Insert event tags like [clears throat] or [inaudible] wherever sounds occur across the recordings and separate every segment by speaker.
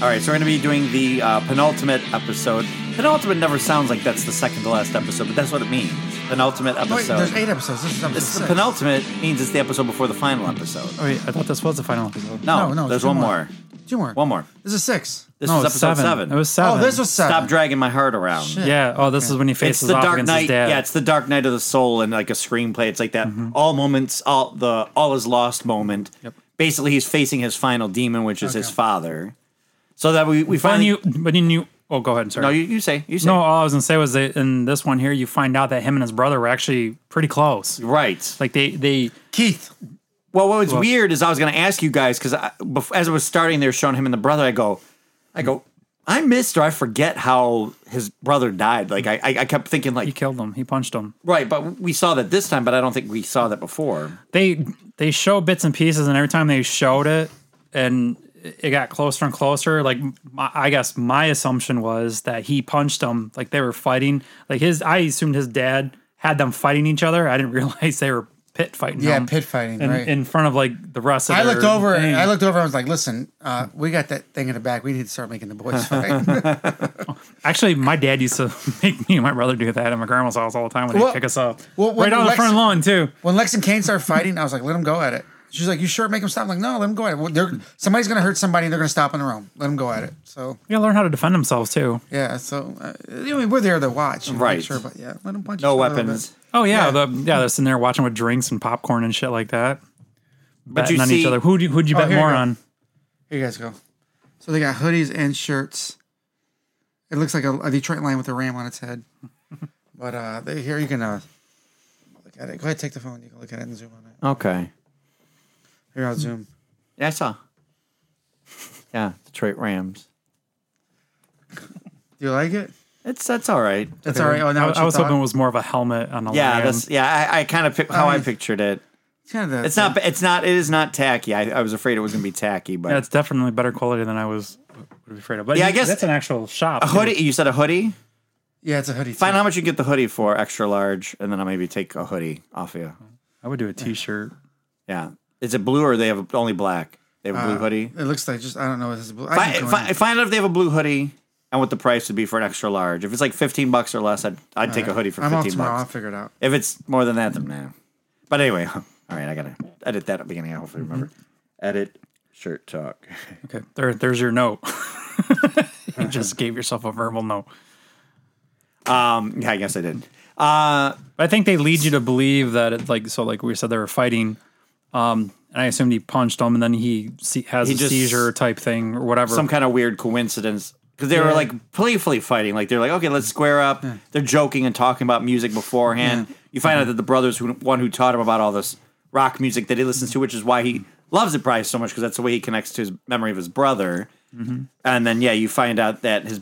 Speaker 1: right, so we're going to be doing the uh, penultimate episode. Penultimate never sounds like that's the second to last episode, but that's what it means. Penultimate
Speaker 2: Wait,
Speaker 1: episode.
Speaker 2: there's eight episodes. This is episode
Speaker 1: It's the
Speaker 2: six.
Speaker 1: penultimate means it's the episode before the final episode.
Speaker 3: Oh, wait, I thought this was the final episode.
Speaker 1: No,
Speaker 2: No, no,
Speaker 1: there's
Speaker 2: two
Speaker 1: one
Speaker 2: more.
Speaker 1: more.
Speaker 2: Two more.
Speaker 1: One more.
Speaker 2: This is six.
Speaker 1: This
Speaker 3: no,
Speaker 1: is
Speaker 3: it's
Speaker 1: episode
Speaker 3: seven.
Speaker 1: seven.
Speaker 3: It was seven.
Speaker 2: Oh, this was seven.
Speaker 1: Stop dragging my heart around.
Speaker 2: Shit.
Speaker 3: Yeah. Oh, this is when he
Speaker 1: It's
Speaker 3: faces
Speaker 1: the
Speaker 3: off
Speaker 1: Dark
Speaker 3: against his
Speaker 1: Knight.
Speaker 3: dad.
Speaker 1: Yeah, it's the Dark Knight of the Soul and like a screenplay. It's like that all moments, all the all is lost moment. Basically, he's facing his final demon, which is his
Speaker 2: Okay.
Speaker 1: father. So that we we
Speaker 3: when
Speaker 1: finally
Speaker 3: you when you knew. Oh, go ahead. Sorry.
Speaker 1: no you, you say you say
Speaker 3: No, all I was gonna say was that in this one here, you find out that him and his brother were actually pretty close.
Speaker 1: right.
Speaker 3: Like they they
Speaker 2: Keith.
Speaker 1: Well, what was weird is I was going to ask you guys because as I was starting, they were showing him and the brother. I go, I go, I missed or I forget how his brother died. Like I, I, I kept thinking
Speaker 3: he
Speaker 1: like
Speaker 3: killed him. He punched him.
Speaker 1: right, but we saw that this time, but I don't think we saw that before.
Speaker 3: They they show bits and pieces, and every time they showed it, and it got closer and closer. Like my, I guess my assumption was that he punched him. Like they were fighting. Like his I assumed his dad had them fighting each other. I didn't [laughs] realize they were pit fighting.
Speaker 2: Yeah,
Speaker 3: him
Speaker 2: pit fighting,
Speaker 3: in,
Speaker 2: right.
Speaker 3: in front of like the rest of.
Speaker 2: I looked
Speaker 3: their
Speaker 2: over.
Speaker 3: thing.
Speaker 2: I looked over. I was like, "Listen, uh, we got that thing in the back. We need to start making the boys
Speaker 1: [laughs]
Speaker 2: fight."
Speaker 3: Actually, my dad used to [laughs] make me and my brother do that at my grandma's house all the time when
Speaker 2: Well-
Speaker 3: he'd pick us up.
Speaker 2: well, when
Speaker 3: right on
Speaker 2: Lex-
Speaker 3: the front lawn, too.
Speaker 2: when Lex and Kane started fighting, I was like, "Let them go at it." She's like, "You sure make them stop?" I'm like, "No, let them go at it. Well, they're- somebody's gonna hurt somebody. and They're gonna stop on their own. Let them go at it." So
Speaker 3: You gotta learn how to defend themselves, too.
Speaker 2: yeah, so uh, I mean, we're there to watch, and make
Speaker 1: Right.
Speaker 2: Sure, but yeah, let them punch.
Speaker 1: No
Speaker 2: each other a
Speaker 1: weapons.
Speaker 2: bit.
Speaker 3: Oh, yeah.
Speaker 2: Yeah.
Speaker 3: The, yeah, they're sitting there watching with drinks and popcorn and shit like that.
Speaker 1: But
Speaker 3: Betting
Speaker 1: you
Speaker 3: on
Speaker 1: see,
Speaker 3: each other. Who'd you, who'd you
Speaker 2: Oh,
Speaker 3: bet
Speaker 2: here you
Speaker 3: more
Speaker 2: go.
Speaker 3: on?
Speaker 2: Here you guys go. So they got hoodies and shirts. It looks like a, a Detroit line with a ram on
Speaker 1: [laughs]
Speaker 2: its head. but uh, they, here you can uh, look at it. Go ahead, take the phone. You can look at it and zoom on it.
Speaker 1: okay,
Speaker 2: Here, I'll zoom.
Speaker 1: yeah, I saw. Yeah, Detroit Rams.
Speaker 2: Do you like it?
Speaker 1: It's that's all right.
Speaker 2: That's all right. Oh,
Speaker 3: I,
Speaker 2: now
Speaker 3: I was hoping it was more of a helmet on a
Speaker 1: Yeah,
Speaker 3: lion.
Speaker 1: that's yeah. I, I kind of pic- how I
Speaker 2: mean-
Speaker 1: pictured it.
Speaker 2: it's kind of the,
Speaker 1: It's not. It's not. It is not tacky. I, I was afraid it was going to be tacky, but
Speaker 3: Yeah, it's definitely better quality than I was would be afraid of. But
Speaker 1: Yeah,
Speaker 3: yeah,
Speaker 1: I guess-
Speaker 3: that's an actual shop.
Speaker 1: a hoodie. You said a hoodie.
Speaker 2: Yeah, it's a hoodie.
Speaker 1: Find
Speaker 2: too.
Speaker 1: out how much you can get the hoodie for, extra large, and then I'll maybe take a hoodie off you.
Speaker 3: I would do a t shirt.
Speaker 1: Yeah. Is it blue or they have only black? They have a blue hoodie.
Speaker 2: It looks like just I Uh, don't know. This is blue. I
Speaker 1: Fi-
Speaker 2: can go
Speaker 1: fi-
Speaker 2: in.
Speaker 1: find out if they have a blue hoodie and what the price would be for an extra large. If it's like fifteen bucks or less, I'd I'd take a hoodie for
Speaker 2: I'm off
Speaker 1: fifteen
Speaker 2: tomorrow. I'll
Speaker 1: bucks.
Speaker 2: figure it out.
Speaker 1: If it's more than that, then nah. But anyway, [laughs] all right, I gotta edit that at the beginning. I hopefully remember.
Speaker 2: Mm-hmm.
Speaker 1: Edit shirt talk. [laughs]
Speaker 3: Okay, there, there's your note. [laughs] you just gave yourself a verbal note.
Speaker 1: Um, yeah, I guess I did.
Speaker 3: But I think they lead you to believe that it's like so, like we said, they were fighting. Um, and I assumed he punched him, and then he se- has
Speaker 1: He
Speaker 3: a
Speaker 1: just-
Speaker 3: seizure type thing or whatever.
Speaker 1: some kind of weird coincidence because they were like playfully fighting. Like they're like, okay, let's square up. They're joking and talking about music beforehand. You find
Speaker 2: Mm-hmm.
Speaker 1: out that the brothers, who one who taught him about all this rock music that he listens to, which is why he loves it probably so much because that's the way he connects to his memory of his brother. And then yeah, you find out that his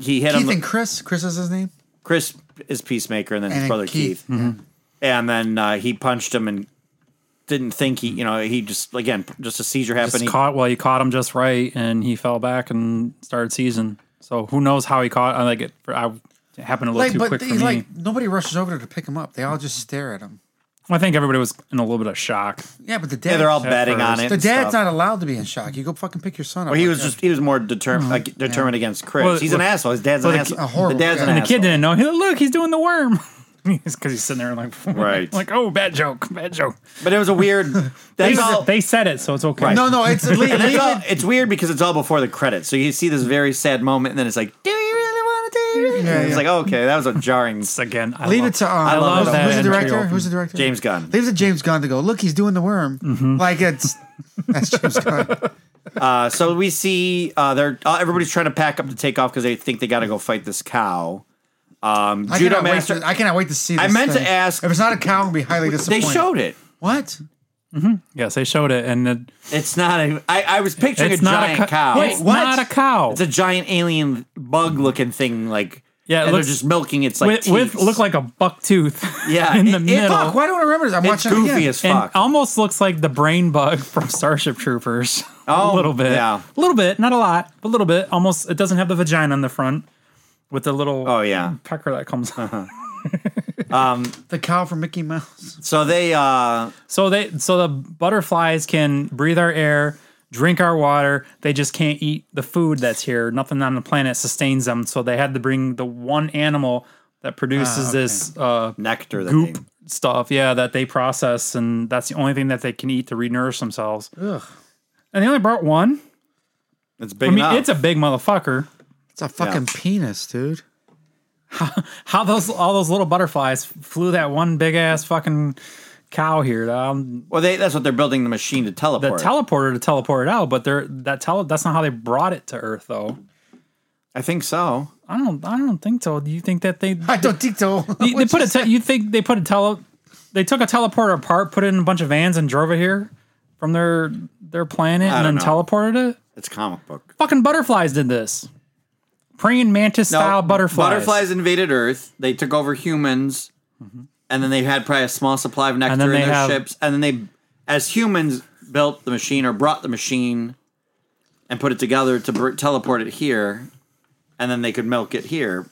Speaker 1: he hit
Speaker 2: Mm-hmm. Keith
Speaker 1: him.
Speaker 2: and Chris. Chris is his name.
Speaker 1: Chris is peacemaker, and then his
Speaker 2: And
Speaker 1: brother Keith
Speaker 2: Keith.
Speaker 1: and then uh, he punched him and didn't think he, you know, he just again just a seizure happened.
Speaker 3: just
Speaker 1: He-
Speaker 3: caught well, you caught him just right, and he fell back and started seizing. So who knows how he caught? I like it. For, I it happened a little
Speaker 2: Like,
Speaker 3: too
Speaker 2: but
Speaker 3: quick for
Speaker 2: they,
Speaker 3: me.
Speaker 2: like nobody rushes over there to pick him up. They all just stare at him.
Speaker 3: I think everybody was in a little bit of shock.
Speaker 2: Yeah, but the dad.
Speaker 1: yeah, they're all betting on it.
Speaker 2: The
Speaker 1: and
Speaker 2: dad's
Speaker 1: stuff.
Speaker 2: not allowed to be in shock. You go fucking pick your son up.
Speaker 1: Well, he
Speaker 2: like
Speaker 1: was
Speaker 2: that.
Speaker 1: just he was more determined like, determined against Chris.
Speaker 3: Well,
Speaker 1: He's an
Speaker 3: well,
Speaker 1: asshole. His dad's an
Speaker 3: the
Speaker 1: asshole.
Speaker 2: ki- a horrible-
Speaker 1: the dad's an
Speaker 2: yeah.
Speaker 3: And the
Speaker 1: asshole.
Speaker 3: kid didn't know. He, look, he's doing the worm. [laughs] Because he's sitting there like, [laughs]
Speaker 1: Right.
Speaker 3: like oh, bad joke, bad joke.
Speaker 1: But it was a weird.
Speaker 3: They,
Speaker 1: That's all. [laughs]
Speaker 3: they said it, so it's okay.
Speaker 1: Right.
Speaker 2: No, no, it's
Speaker 1: [laughs] and it's, all, it's weird because it's all before the credits. So you see this very sad moment, and then it's like, "Do you really want to do?" It?
Speaker 2: Yeah,
Speaker 1: it's
Speaker 2: yeah.
Speaker 1: like, "Okay, that was a jarring."
Speaker 3: It's again. I
Speaker 2: leave
Speaker 3: love-
Speaker 2: it to um,
Speaker 3: I love
Speaker 2: who's,
Speaker 3: that.
Speaker 2: who's the
Speaker 3: entry
Speaker 2: director?
Speaker 3: open.
Speaker 2: Who's the director?
Speaker 1: James Gunn. Mm-hmm.
Speaker 2: Leave it to James Gunn to go. Look, he's doing the worm. Like it's [laughs] that's James Gunn.
Speaker 1: Uh, so we see uh, they're uh, everybody's trying to pack up to take off because they think they got to go fight this cow. Um, [laughs]
Speaker 2: I
Speaker 1: Judo
Speaker 2: cannot wait
Speaker 1: master.
Speaker 2: to- I cannot wait to see. This
Speaker 1: I meant to
Speaker 2: thing.
Speaker 1: ask-
Speaker 2: If it's not a cow, I'm gonna be highly
Speaker 1: they
Speaker 2: disappointed.
Speaker 1: showed it.
Speaker 2: what?
Speaker 3: Yes, they showed it, and it,
Speaker 1: It's not. A, I, I was picturing
Speaker 3: it's
Speaker 1: a
Speaker 3: not
Speaker 1: giant
Speaker 3: a co-
Speaker 1: cow.
Speaker 3: It's not a cow.
Speaker 1: It's a giant alien bug looking thing, like
Speaker 3: Yeah, it
Speaker 1: and
Speaker 3: looks-
Speaker 1: they're just milking its like
Speaker 3: with, with
Speaker 1: teats.
Speaker 3: look like a buck tooth.
Speaker 1: Yeah,
Speaker 3: [laughs] in
Speaker 1: it-
Speaker 3: the
Speaker 1: it-
Speaker 3: middle.
Speaker 2: Fuck! Why do I remember this? I'm
Speaker 1: it's
Speaker 2: watching
Speaker 1: goofy
Speaker 2: it again.
Speaker 1: as
Speaker 3: and
Speaker 1: fuck.
Speaker 3: almost looks like the brain bug [laughs] from Starship Troopers. [laughs]
Speaker 1: Oh,
Speaker 3: a little bit,
Speaker 1: yeah.
Speaker 3: a little bit, not a lot, but a little bit. Almost, it doesn't have the vagina on the front with the little
Speaker 1: oh yeah. Uh-huh.
Speaker 3: pecker that comes. out.
Speaker 2: the cow from Mickey Mouse.
Speaker 1: So they uh
Speaker 3: so they, so the butterflies can breathe our air, drink our water. They just can't eat the food that's here. Nothing on the planet sustains them. So they had to bring the one animal that
Speaker 1: Ah,
Speaker 3: produces this uh,
Speaker 1: nectar that
Speaker 3: goop
Speaker 1: they
Speaker 3: stuff. Yeah, that they process, and that's the only thing that they can eat to re-nourish themselves. And they only brought one.
Speaker 1: it's big
Speaker 3: I mean,
Speaker 1: enough.
Speaker 3: it's a big motherfucker.
Speaker 2: It's a fucking
Speaker 1: [laughs]
Speaker 2: penis, dude.
Speaker 3: How those all those little butterflies flew that one big ass fucking cow here. Um,
Speaker 1: well, they, that's what they're building the machine to
Speaker 3: the
Speaker 1: teleport.
Speaker 3: teleporter to teleport it out, but they're that tele that's not how they brought it to Earth though.
Speaker 1: I think so.
Speaker 3: I don't I don't think so. Do you think that they
Speaker 2: I don't think [laughs] so.
Speaker 3: they, they put a te- you think they put a tele they took a teleporter apart, put it in a bunch of vans and drove it here from their their planet and then
Speaker 1: don't know.
Speaker 3: teleported it?
Speaker 1: It's comic book.
Speaker 3: Fucking butterflies did this. Praying mantis
Speaker 1: No,
Speaker 3: style butterflies.
Speaker 1: Butterflies invaded Earth. They took over humans, and then they had probably a small supply of nectar
Speaker 3: then
Speaker 1: in
Speaker 3: they
Speaker 1: their
Speaker 3: have-
Speaker 1: ships. And then they, as humans, built the machine or brought the machine and put it together to br- teleport it here, and then they could milk it here.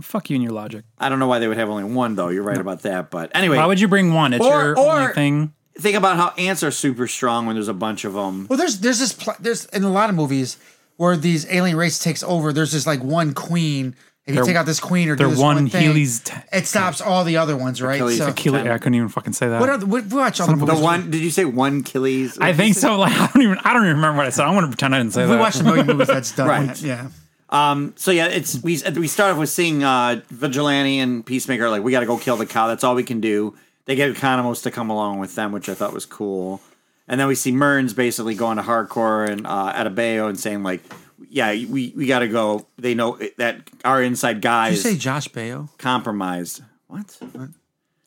Speaker 3: Fuck you and your logic.
Speaker 1: I don't know why they would have only one though. You're right about that. But anyway,
Speaker 3: Why would you bring one? It's
Speaker 1: Or-
Speaker 3: your
Speaker 1: or-
Speaker 3: only thing.
Speaker 1: think about how ants are super strong when there's a bunch of them.
Speaker 2: Well, there's there's this pl- there's in a lot of movies where these alien race takes over. There's this like one queen. If you
Speaker 3: They're-
Speaker 2: take out this queen or do
Speaker 3: they're
Speaker 2: this
Speaker 3: one
Speaker 2: one, thing,
Speaker 3: Heelys t-
Speaker 2: it stops all the other ones, right?
Speaker 1: Achilles
Speaker 2: So,
Speaker 1: Achilles.
Speaker 3: Kill it. I couldn't even fucking say that.
Speaker 2: what are the, what, we watch all the
Speaker 1: The
Speaker 2: movies?
Speaker 1: one? Did you say one Achilles?
Speaker 3: I think so. [laughs] Like I don't even I don't even remember what I said. I want to pretend I didn't say
Speaker 2: we
Speaker 3: that.
Speaker 2: watch a million movies that's done.
Speaker 1: Right.
Speaker 2: that, Yeah.
Speaker 1: So yeah, it's we we start off with seeing uh, Vigilante and Peacemaker like we got to go kill the cow. That's all we can do. They get Economos to come along with them, which I thought was cool. And then we see Murns basically going to hardcore and uh, Adebayo and saying like, yeah, we we got to go. They know that our inside guy
Speaker 2: You
Speaker 1: is
Speaker 2: say Josh Bayo?
Speaker 1: compromised. What?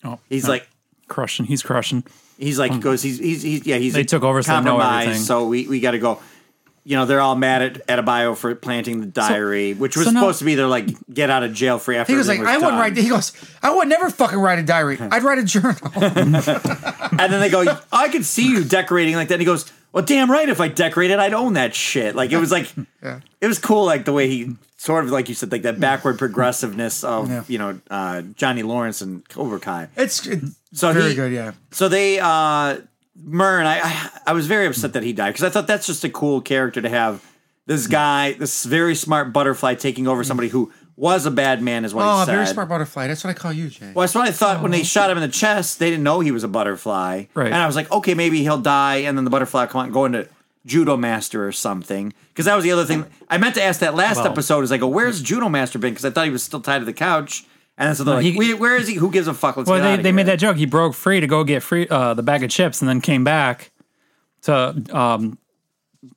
Speaker 3: Oh,
Speaker 1: He's like
Speaker 3: crushing. He's crushing.
Speaker 1: He's like goes. He's he's, he's yeah. He's
Speaker 3: Hmm. They took over, so they know
Speaker 1: compromised,
Speaker 3: everything.
Speaker 1: So we we got to go. You know they're all mad at at Adebayo for planting the diary, which was
Speaker 3: so now-
Speaker 1: supposed to be their like get out of jail free. After
Speaker 2: He was like,
Speaker 1: everything
Speaker 2: I wouldn't
Speaker 1: done."
Speaker 2: write. He goes, I would never fucking write a diary. I'd write a journal. [laughs]
Speaker 1: and then they
Speaker 3: [laughs]
Speaker 1: go, I could see you decorating like that. And he goes, Well, damn right, if I decorated, I'd own that shit. Like it was
Speaker 3: [laughs]
Speaker 1: like it was cool, like the way he sort of like you said, like
Speaker 3: Hmm.
Speaker 1: that backward progressiveness of
Speaker 2: Yeah.
Speaker 1: you know uh, Johnny Lawrence and Cobra Kai.
Speaker 2: It's, it's
Speaker 1: So
Speaker 2: very
Speaker 1: he-
Speaker 2: good. Yeah.
Speaker 1: So they uh Mern, I I, I was very upset that he died because I thought that's just a cool character to have. This guy, this very smart butterfly, taking over somebody who was a bad man, is what
Speaker 2: Oh,
Speaker 1: he
Speaker 2: a
Speaker 1: said.
Speaker 2: very smart butterfly. That's what I call you, Jay.
Speaker 1: Well, that's what I thought when they shot him in the chest. They didn't know he was a butterfly,
Speaker 3: Oh. Right.
Speaker 1: And I was like, okay, maybe he'll die, and then the butterfly will come out and go into judo master or something. Because that was the other thing I meant to ask that last
Speaker 3: Well-
Speaker 1: episode. Is I go, where's judo master been? Because I thought he was still tied to the couch, and then so they're like,
Speaker 3: he-
Speaker 1: "We- where is he? Who gives a fuck? Let's
Speaker 3: Well,
Speaker 1: get
Speaker 3: they,
Speaker 1: outta
Speaker 3: they made
Speaker 1: here."
Speaker 3: that joke. He broke free to go get free uh, the bag of chips, and then came back to. Um,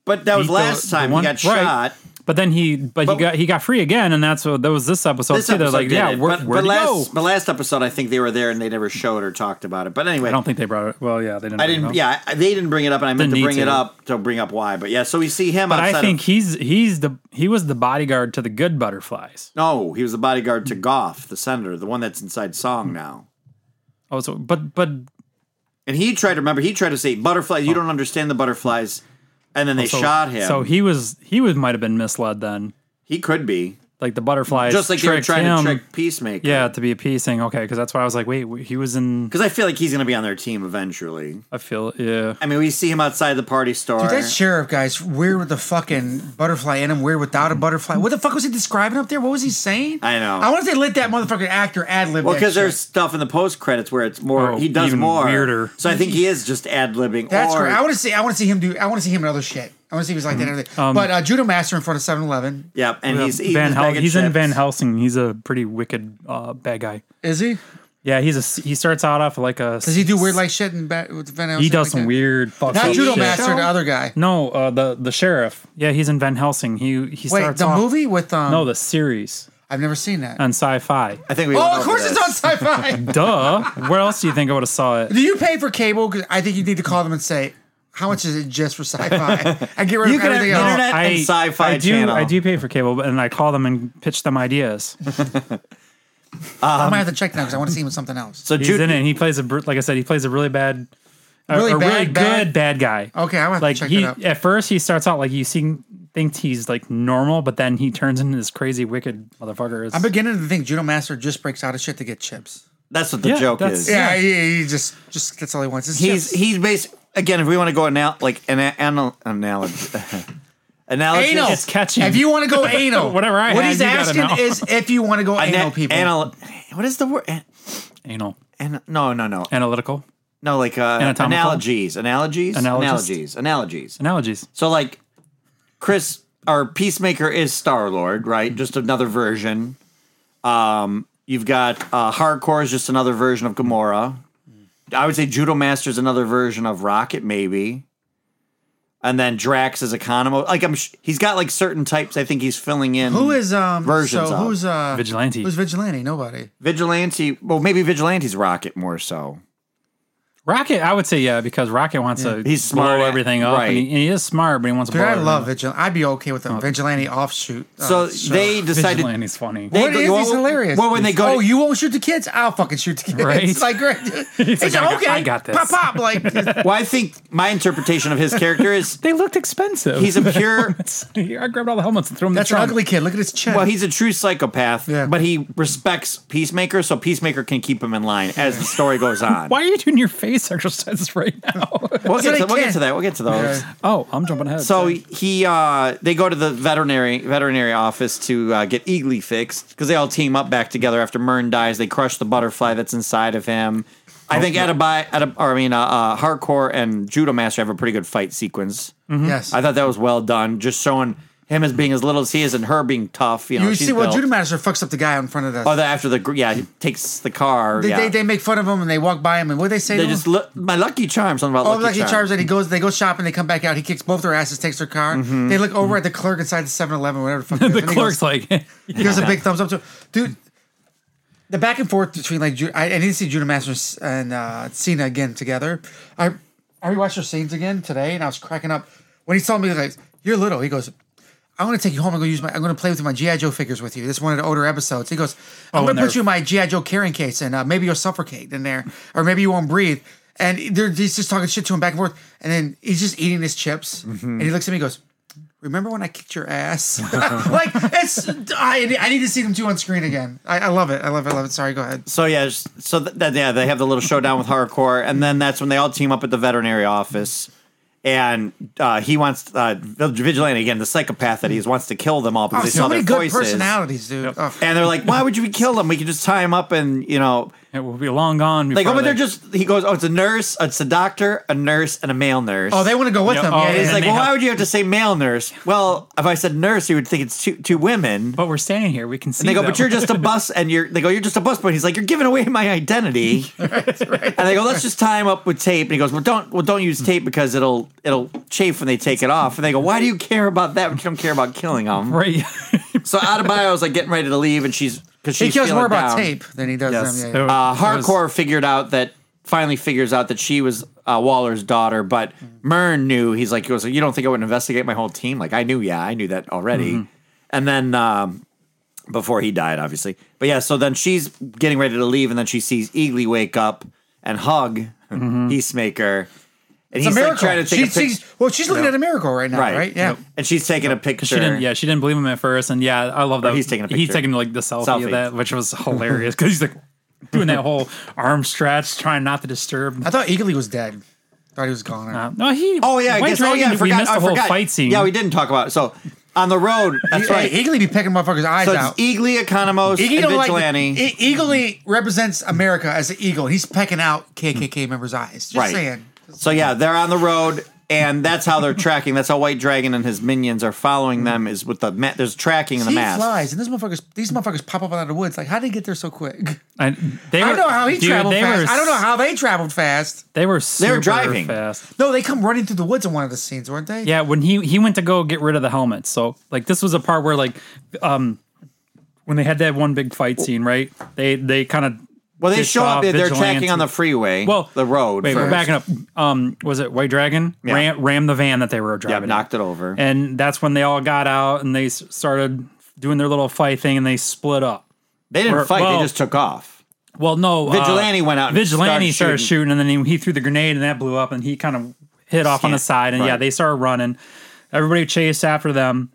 Speaker 1: But that was
Speaker 3: beat the-
Speaker 1: last
Speaker 3: the
Speaker 1: time
Speaker 3: one-
Speaker 1: he
Speaker 3: right.
Speaker 1: got shot.
Speaker 3: but then he, but,
Speaker 1: But-
Speaker 3: he got he got free again, and that's what that was this episode
Speaker 1: This
Speaker 3: too. They're
Speaker 1: episode
Speaker 3: like,
Speaker 1: did
Speaker 3: yeah,
Speaker 1: it,
Speaker 3: where,
Speaker 1: but,
Speaker 3: where'd
Speaker 1: but
Speaker 3: he
Speaker 1: last,
Speaker 3: go?
Speaker 1: but last episode, I think they were there and they never showed or talked about it. But anyway,
Speaker 3: I don't think they brought it. Well, yeah, they didn't.
Speaker 1: I
Speaker 3: bring it
Speaker 1: didn't.
Speaker 3: up.
Speaker 1: Yeah, I- they didn't bring it up, and I meant
Speaker 3: Didn't
Speaker 1: to
Speaker 3: need
Speaker 1: bring it
Speaker 3: to.
Speaker 1: up to bring up why. But yeah, so we see him
Speaker 3: But
Speaker 1: outside.
Speaker 3: I think
Speaker 1: of,
Speaker 3: he's he's the he was the bodyguard to the good butterflies.
Speaker 1: no, he was the bodyguard to Goff, the senator, the one that's inside
Speaker 3: Hmm.
Speaker 1: Song now.
Speaker 3: Oh, so but but
Speaker 1: And he tried to remember. He tried to say butterflies. You don't understand the butterflies. And then they
Speaker 3: Oh. so,
Speaker 1: shot him.
Speaker 3: So
Speaker 1: So
Speaker 3: he was he was might have been misled then.
Speaker 1: he could be
Speaker 3: Like the butterflies,
Speaker 1: just like they were
Speaker 3: tricked
Speaker 1: trying
Speaker 3: him,
Speaker 1: to trick Peacemaker.
Speaker 3: Yeah, to be a piece thing. Okay, because that's why I was like, wait, wait, he was in.
Speaker 1: because I feel like he's going to be on their team eventually.
Speaker 3: I feel yeah.
Speaker 1: I mean, we see him outside the party store.
Speaker 2: Dude, that sheriff guy's weird with the fucking butterfly in him, weird without a butterfly. What the fuck was he describing up there? What was he saying?
Speaker 1: I know.
Speaker 2: I want to say let that motherfucking actor ad lib.
Speaker 1: Well,
Speaker 2: that
Speaker 1: because
Speaker 2: shit.
Speaker 1: there's stuff in the post credits where it's more.
Speaker 3: Oh,
Speaker 1: he does
Speaker 3: even
Speaker 1: more
Speaker 3: weirder.
Speaker 1: So I think he is just ad libbing.
Speaker 2: that's
Speaker 1: or,
Speaker 2: great. I want to see. I want to see him do. I want to see him in other shit. I want to see if he's like that. and everything.
Speaker 3: Um,
Speaker 2: but uh, Judo Master in front of 7-Eleven.
Speaker 1: Yep, and he's eating
Speaker 3: Van
Speaker 1: his
Speaker 3: Hel-
Speaker 1: bag of
Speaker 3: he's in
Speaker 1: chips.
Speaker 3: Van Helsing. He's a pretty wicked uh, bad guy.
Speaker 2: Is he?
Speaker 3: Yeah, he's a he starts out off like a.
Speaker 2: Does he do weird like shit in ba- with Van Helsing?
Speaker 3: He does
Speaker 2: like
Speaker 3: some
Speaker 2: that?
Speaker 3: weird fucked
Speaker 2: Not
Speaker 3: up
Speaker 2: Judo
Speaker 3: shit.
Speaker 2: Master, the other guy.
Speaker 3: No, uh, the the sheriff. Yeah, he's in Van Helsing. He he
Speaker 2: Wait,
Speaker 3: starts
Speaker 2: the
Speaker 3: off-
Speaker 2: movie with um.
Speaker 3: No, the series
Speaker 2: I've never seen that.
Speaker 3: on Sci-Fi.
Speaker 1: I think we. went
Speaker 2: oh, of
Speaker 1: over
Speaker 2: course
Speaker 1: this.
Speaker 2: it's on
Speaker 3: [laughs]
Speaker 2: sci-fi.
Speaker 3: Duh. Where else do you think I would have saw it?
Speaker 2: do you pay for cable? 'Cause I think you need to call them and say. How much is it just for
Speaker 3: [laughs]
Speaker 2: sci-fi? I get rid
Speaker 1: You
Speaker 2: of
Speaker 1: can have the
Speaker 2: everything else.
Speaker 1: internet and Sci-Fi
Speaker 3: I do,
Speaker 1: Channel.
Speaker 3: I do pay for cable, but- and I call them and pitch them ideas.
Speaker 2: I might have to check now because I want to see him in something else.
Speaker 1: So
Speaker 3: He's
Speaker 1: Jude,
Speaker 3: in it. And he plays a br- like I said, he plays a really bad, a,
Speaker 2: Really
Speaker 3: uh, a
Speaker 2: bad,
Speaker 3: really
Speaker 2: bad-
Speaker 3: good bad guy.
Speaker 2: Okay, I'm gonna
Speaker 3: like
Speaker 2: check
Speaker 3: he
Speaker 2: that out.
Speaker 3: at first he starts out like you see thinks he's like normal, but then he turns into this crazy wicked motherfucker. It's-
Speaker 2: I'm beginning to think Judo Master just breaks out of shit to get chips.
Speaker 1: that's what the
Speaker 3: Yeah,
Speaker 1: joke
Speaker 3: that's-
Speaker 1: is.
Speaker 2: Yeah, he, he just just gets all he wants. It's
Speaker 1: He's
Speaker 2: chips.
Speaker 1: he's based. again, if we want to go anal- like an anal- [laughs] anal- analysis,
Speaker 2: Anal.
Speaker 3: It's catching.
Speaker 2: If you want to go
Speaker 3: [laughs]
Speaker 2: anal,
Speaker 3: Whatever I
Speaker 2: what
Speaker 3: had,
Speaker 2: he's
Speaker 3: you gotta
Speaker 2: asking
Speaker 3: know.
Speaker 2: is if you want to go anal,
Speaker 1: Ana-
Speaker 2: people.
Speaker 1: anal- what is the word? An-
Speaker 3: anal,
Speaker 1: an- no, no, no,
Speaker 3: analytical,
Speaker 1: no. Like uh,
Speaker 3: Anatomical?
Speaker 1: analogies, analogies,
Speaker 3: Analogist?
Speaker 1: analogies, analogies.
Speaker 3: analogies.
Speaker 1: So like, Chris, our Peacemaker is Star Lord, right?
Speaker 2: Mm-hmm.
Speaker 1: Just another version. Um, you've got uh, Hardcore is just another version of Gamora.
Speaker 2: Mm-hmm.
Speaker 1: I would say Judo Master is another version of Rocket, maybe. And then Drax is Economo. Like I'm, sh- he's got like certain types. I think he's filling in.
Speaker 2: Who is um?
Speaker 1: Versions
Speaker 2: so
Speaker 1: of.
Speaker 2: who's uh?
Speaker 3: Vigilante.
Speaker 2: Who's vigilante? Nobody.
Speaker 1: vigilante? Well, maybe vigilante's Rocket more so.
Speaker 3: Rocket, I would say yeah, because Rocket wants to
Speaker 1: He's smart
Speaker 3: blow
Speaker 1: at-
Speaker 3: everything up,
Speaker 1: right.
Speaker 3: and, he, and he is smart, but he wants to
Speaker 2: Dude,
Speaker 3: blow.
Speaker 2: I
Speaker 3: everything
Speaker 2: love
Speaker 3: up.
Speaker 2: vigilante. I'd be okay with a vigilante offshoot.
Speaker 1: So
Speaker 2: uh, show.
Speaker 1: they decided.
Speaker 3: Vigilante's funny.
Speaker 1: They
Speaker 2: What
Speaker 1: go-
Speaker 2: is
Speaker 1: well,
Speaker 2: he's hilarious?
Speaker 1: well, when they go
Speaker 2: oh,
Speaker 1: to-
Speaker 2: you won't shoot the kids? I'll fucking shoot the kids.
Speaker 3: Right.
Speaker 2: It's [laughs]
Speaker 1: [laughs]
Speaker 2: like great. He's
Speaker 3: like,
Speaker 2: like,
Speaker 3: I got-
Speaker 2: okay,
Speaker 3: I got this.
Speaker 2: Pop, pop, like
Speaker 1: Well, I think my interpretation of his character is
Speaker 3: They looked expensive. [laughs]
Speaker 1: he's a pure
Speaker 3: I grabbed all the helmets and threw them.
Speaker 2: that's
Speaker 3: in
Speaker 2: an
Speaker 3: the trunk.
Speaker 2: ugly kid. Look at his chin.
Speaker 1: Well, he's a true psychopath,
Speaker 2: Yeah.
Speaker 1: but he respects Peacemaker, so Peacemaker can keep him in line as the story
Speaker 2: [laughs]
Speaker 1: goes on.
Speaker 3: Why are you doing your face [laughs] exercises right now?
Speaker 1: We'll, get
Speaker 2: That's
Speaker 1: to,
Speaker 2: what I
Speaker 1: we'll get
Speaker 2: can.
Speaker 1: to that. We'll get to those.
Speaker 3: oh, I'm jumping ahead.
Speaker 1: So he, uh, they go to the veterinary veterinary office to uh, get Eagly fixed because they all team up back together after Mern dies. They crush the butterfly that's inside of him.
Speaker 2: Oh,
Speaker 1: I think Adabai, Adab, or I mean, uh, uh, Hardcore and Judo Master have a pretty good fight sequence.
Speaker 2: yes.
Speaker 1: I thought that was well done, just showing him as being as little as he is and her being tough. You know,
Speaker 2: you
Speaker 1: she's
Speaker 2: see, well,
Speaker 1: built.
Speaker 2: Judah Master fucks up the guy in front of us.
Speaker 1: Oh, the, after the gr- yeah, he takes the car.
Speaker 2: they,
Speaker 1: yeah.
Speaker 2: they, they make fun of him and they walk by him and what do they say?
Speaker 1: They
Speaker 2: to
Speaker 1: just
Speaker 2: him?
Speaker 1: look my lucky charm. Something about
Speaker 2: Oh,
Speaker 1: lucky,
Speaker 2: like he
Speaker 1: charm.
Speaker 2: charms and he goes. They go shopping. They come back out. He kicks both their asses, takes their car.
Speaker 1: Mm-hmm.
Speaker 2: They look over at the clerk inside the 7-Eleven, whatever the
Speaker 1: [laughs]
Speaker 2: fuck.
Speaker 3: [laughs] the clerk's like, [laughs]
Speaker 2: He gives a big thumbs up to dude. The back and forth between like Ju- I, I need to see Judah Masters and uh, Cena again together. I I rewatched their scenes again today, and I was cracking up when he saw me. he was Like you're little, he goes. I'm gonna take you home. I'm gonna use my. I'm gonna play with my GI Joe figures with you. This is one of the older episodes. He goes. I'm
Speaker 3: Oh, and
Speaker 2: gonna put
Speaker 3: they're-
Speaker 2: you in my GI Joe carrying case, and uh, maybe you'll suffocate in there, or maybe you won't breathe. And they're, he's just talking shit to him back and forth, and then he's just eating his chips,
Speaker 3: Mm-hmm.
Speaker 2: and he looks at me, and goes, Remember when I kicked
Speaker 1: [laughs]
Speaker 2: your ass? [laughs] like it's I, I need to see them two on screen again. I, I love it. I love it. I love it. Sorry, go ahead.
Speaker 1: So yeah, just- so th- that yeah, they have the little showdown with hardcore, and then that's when they all team up at the veterinary office, and uh, he wants uh, Vil- vigilante again, the psychopath that he is, wants to kill them all because
Speaker 2: Oh,
Speaker 1: they saw
Speaker 2: so many
Speaker 1: their
Speaker 2: good
Speaker 1: voices.
Speaker 2: personalities, dude. Oh,
Speaker 1: And they're like, "Why would you kill them? We can just tie him up and you know."
Speaker 3: it will be long gone.
Speaker 1: Like,
Speaker 3: before
Speaker 1: oh, but
Speaker 3: they-
Speaker 1: they're just. He goes, "Oh, it's a nurse, it's a doctor, a nurse, and a male nurse."
Speaker 2: oh, they want to go with
Speaker 3: Yeah,
Speaker 2: them.
Speaker 3: oh,
Speaker 2: yeah,
Speaker 3: yeah.
Speaker 1: He's
Speaker 2: yeah.
Speaker 1: like,
Speaker 3: they
Speaker 1: well, why
Speaker 3: have-
Speaker 1: would you have to say male nurse? Well, if I said nurse, you would think it's two two women.
Speaker 3: But we're standing here. We can see.
Speaker 1: And they go,
Speaker 3: them.
Speaker 1: but you're just a bus, and you're. They go, you're just a bus boy. And he's like, you're giving away my identity.
Speaker 2: [laughs]
Speaker 1: And they go, let's just tie him up with tape. And he goes, well, don't, well, don't use tape because it'll, it'll chafe when they take it off. And they go, why do you care about that? But you don't care about killing him. [laughs]
Speaker 3: [laughs] right.
Speaker 1: So Adebayo's like getting ready to leave, and she's because
Speaker 2: he
Speaker 1: she's
Speaker 2: cares
Speaker 1: feeling
Speaker 2: more about
Speaker 1: down.
Speaker 2: tape than he does
Speaker 1: Yes.
Speaker 2: them. Yeah, yeah.
Speaker 1: Uh,
Speaker 3: It was-
Speaker 1: Hardcore figured out that finally figures out that she was uh, Waller's daughter, but Mern knew. He's like, he goes, "You don't think I would investigate my whole team? Like I knew, yeah, I knew that already."
Speaker 3: Mm-hmm.
Speaker 1: And then um, before he died, obviously, but yeah. So then she's getting ready to leave, and then she sees Eagly wake up and hug
Speaker 3: Mm-hmm.
Speaker 1: Peacemaker, and
Speaker 2: It's a
Speaker 1: he's
Speaker 2: miracle.
Speaker 1: like trying to take
Speaker 2: she's,
Speaker 1: a picture.
Speaker 2: she's, well, she's looking
Speaker 1: No.
Speaker 2: at a miracle right now, right? Yeah.
Speaker 1: and she's taking a picture.
Speaker 3: She didn't. Yeah, she didn't believe him at first, and yeah, I love that.
Speaker 1: he's taking a
Speaker 3: He's
Speaker 1: picture.
Speaker 3: taking like the selfie,
Speaker 1: Selfie.
Speaker 3: of that, which was hilarious because he's like doing that whole arm stretch, trying not to disturb.
Speaker 2: I thought Eagley was dead. Thought he was gone.
Speaker 3: Uh, no, he.
Speaker 1: Oh yeah, I
Speaker 3: White
Speaker 1: guess. Oh yeah, I
Speaker 3: Dragon,
Speaker 1: forgot.
Speaker 3: We missed
Speaker 1: I
Speaker 3: the whole
Speaker 1: forgot.
Speaker 3: fight scene.
Speaker 1: Yeah, we didn't talk about. It. So on the road,
Speaker 3: [laughs]
Speaker 1: that's
Speaker 2: Hey,
Speaker 1: right.
Speaker 2: Eagley be picking motherfuckers' eyes
Speaker 1: So it's
Speaker 2: out.
Speaker 1: Eagly, Economos,
Speaker 2: Eagle
Speaker 1: and
Speaker 2: don't
Speaker 1: Vigilante.
Speaker 2: Like, E- Eagley represents America as an eagle. He's pecking out KKK members' eyes. Just
Speaker 1: Right.
Speaker 2: saying.
Speaker 1: so yeah, they're on the road, and that's how they're tracking. That's how White Dragon and his minions are following them. Is with the ma- there's tracking in the
Speaker 2: he
Speaker 1: mask.
Speaker 2: flies, and this motherfuckers, these motherfuckers pop up out of the woods. Like, how did he get there so quick?
Speaker 3: I, they
Speaker 2: I
Speaker 3: were-
Speaker 2: don't know how he
Speaker 3: dude,
Speaker 2: traveled
Speaker 3: they
Speaker 2: fast.
Speaker 3: were
Speaker 2: I don't know how they traveled fast.
Speaker 3: They were
Speaker 1: were
Speaker 3: super
Speaker 1: driving.
Speaker 3: fast.
Speaker 2: No, they come running through the woods in one of the scenes, weren't they?
Speaker 3: Yeah, when he he went to go get rid of the helmets. So like this was a part where like um when they had that one big fight scene, right? They they kind of
Speaker 1: Well, they show up. They're tracking on the freeway.
Speaker 3: well
Speaker 1: the road.
Speaker 3: Wait, we we're
Speaker 1: first.
Speaker 3: backing up. Um, was it White Dragon
Speaker 1: Yeah.
Speaker 3: ram rammed the van that they were
Speaker 1: Yeah,
Speaker 3: driving? in.
Speaker 1: knocked it over.
Speaker 3: and that's when they all got out and they s- started doing their little fight thing and they split up.
Speaker 1: they didn't
Speaker 3: we're-
Speaker 1: fight.
Speaker 3: well-
Speaker 1: they just took off.
Speaker 3: Well, no, uh,
Speaker 1: Vigilante went out and
Speaker 3: Vigilante
Speaker 1: started
Speaker 3: started, shooting. and then he, he threw the grenade, and that blew up, and he kind of hit off on
Speaker 1: Yeah,
Speaker 3: the side, and yeah,
Speaker 1: right.
Speaker 3: they started running. Everybody chased after them.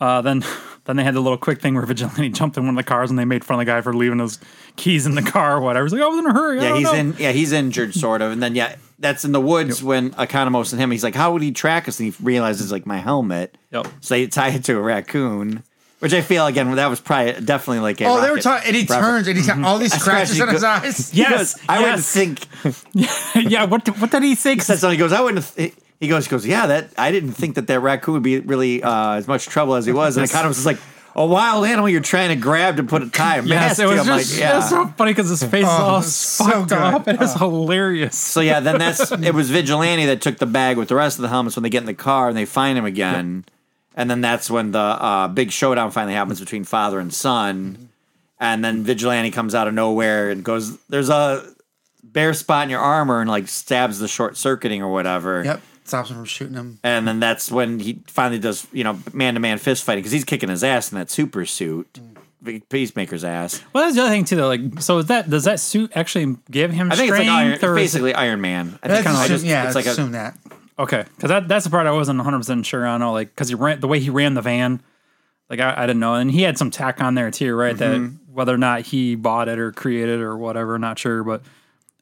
Speaker 3: Uh, then [laughs] Then they had the little quick thing where Vigilante [laughs] jumped in one of the cars and they made fun of the guy for leaving his keys in the car or whatever. He's like, I was in a hurry. I
Speaker 1: Yeah,
Speaker 3: don't
Speaker 1: he's
Speaker 3: know.
Speaker 1: in. Yeah, he's injured, sort of. And then yeah, that's in the woods when Economos and him. He's like, how would he track us? And he realizes like my helmet.
Speaker 3: Yep.
Speaker 1: So they tie it to a raccoon, which I feel again that was probably definitely like a
Speaker 2: Oh, they were
Speaker 1: Rocket
Speaker 2: talking, and he
Speaker 1: reference.
Speaker 2: turns, and he's got all these scratches
Speaker 1: scratchy
Speaker 2: in his
Speaker 1: go- [laughs]
Speaker 2: eyes.
Speaker 1: He
Speaker 3: Yes,
Speaker 1: goes, I wouldn't
Speaker 3: yes.
Speaker 1: think.
Speaker 3: [laughs] yeah, what, what did he say? 'Cause
Speaker 1: That's when he goes. I wouldn't. Th- he goes. He goes. Yeah, that I didn't think that that raccoon would be really uh, as much trouble as he was. And Economos is like a wild animal you're trying to grab to put a tie a mask
Speaker 3: Yes, it
Speaker 1: to."
Speaker 3: was
Speaker 1: I'm
Speaker 3: just
Speaker 1: like,
Speaker 3: it was so funny because his face is
Speaker 2: Oh,
Speaker 3: all
Speaker 2: it's so
Speaker 3: fucked
Speaker 2: good.
Speaker 3: up.
Speaker 1: [laughs]
Speaker 3: It is hilarious.
Speaker 1: So yeah, then that's it was Vigilante that took the bag with the rest of the helmets when they get in the car and they find him again. And then that's when the uh, big showdown finally happens between father and son. And then Vigilante comes out of nowhere and goes, "There's a bare spot in your armor," and like stabs the short circuiting or whatever.
Speaker 2: Yep, stops him from shooting him.
Speaker 1: And then that's when he finally does, you know, man to man fist fighting because he's kicking his ass in that super suit, Peacemaker's ass.
Speaker 3: Well, that's the other thing too. Though. Like, so is that does that suit actually give him
Speaker 1: I think
Speaker 3: strength?
Speaker 1: it's like
Speaker 3: or
Speaker 1: Iron,
Speaker 3: is-
Speaker 1: basically Iron Man. I
Speaker 2: Let's
Speaker 1: think kinda like-
Speaker 2: assume, yeah,
Speaker 1: it's like
Speaker 2: let's
Speaker 1: a
Speaker 2: assume that.
Speaker 3: okay, because that, that's the part I wasn't one hundred percent sure on. All like because he ran the way he ran the van, like I, I didn't know, and he had some tack on there too, right?
Speaker 2: Mm-hmm.
Speaker 3: That whether or not he bought it or created it or whatever, not sure, but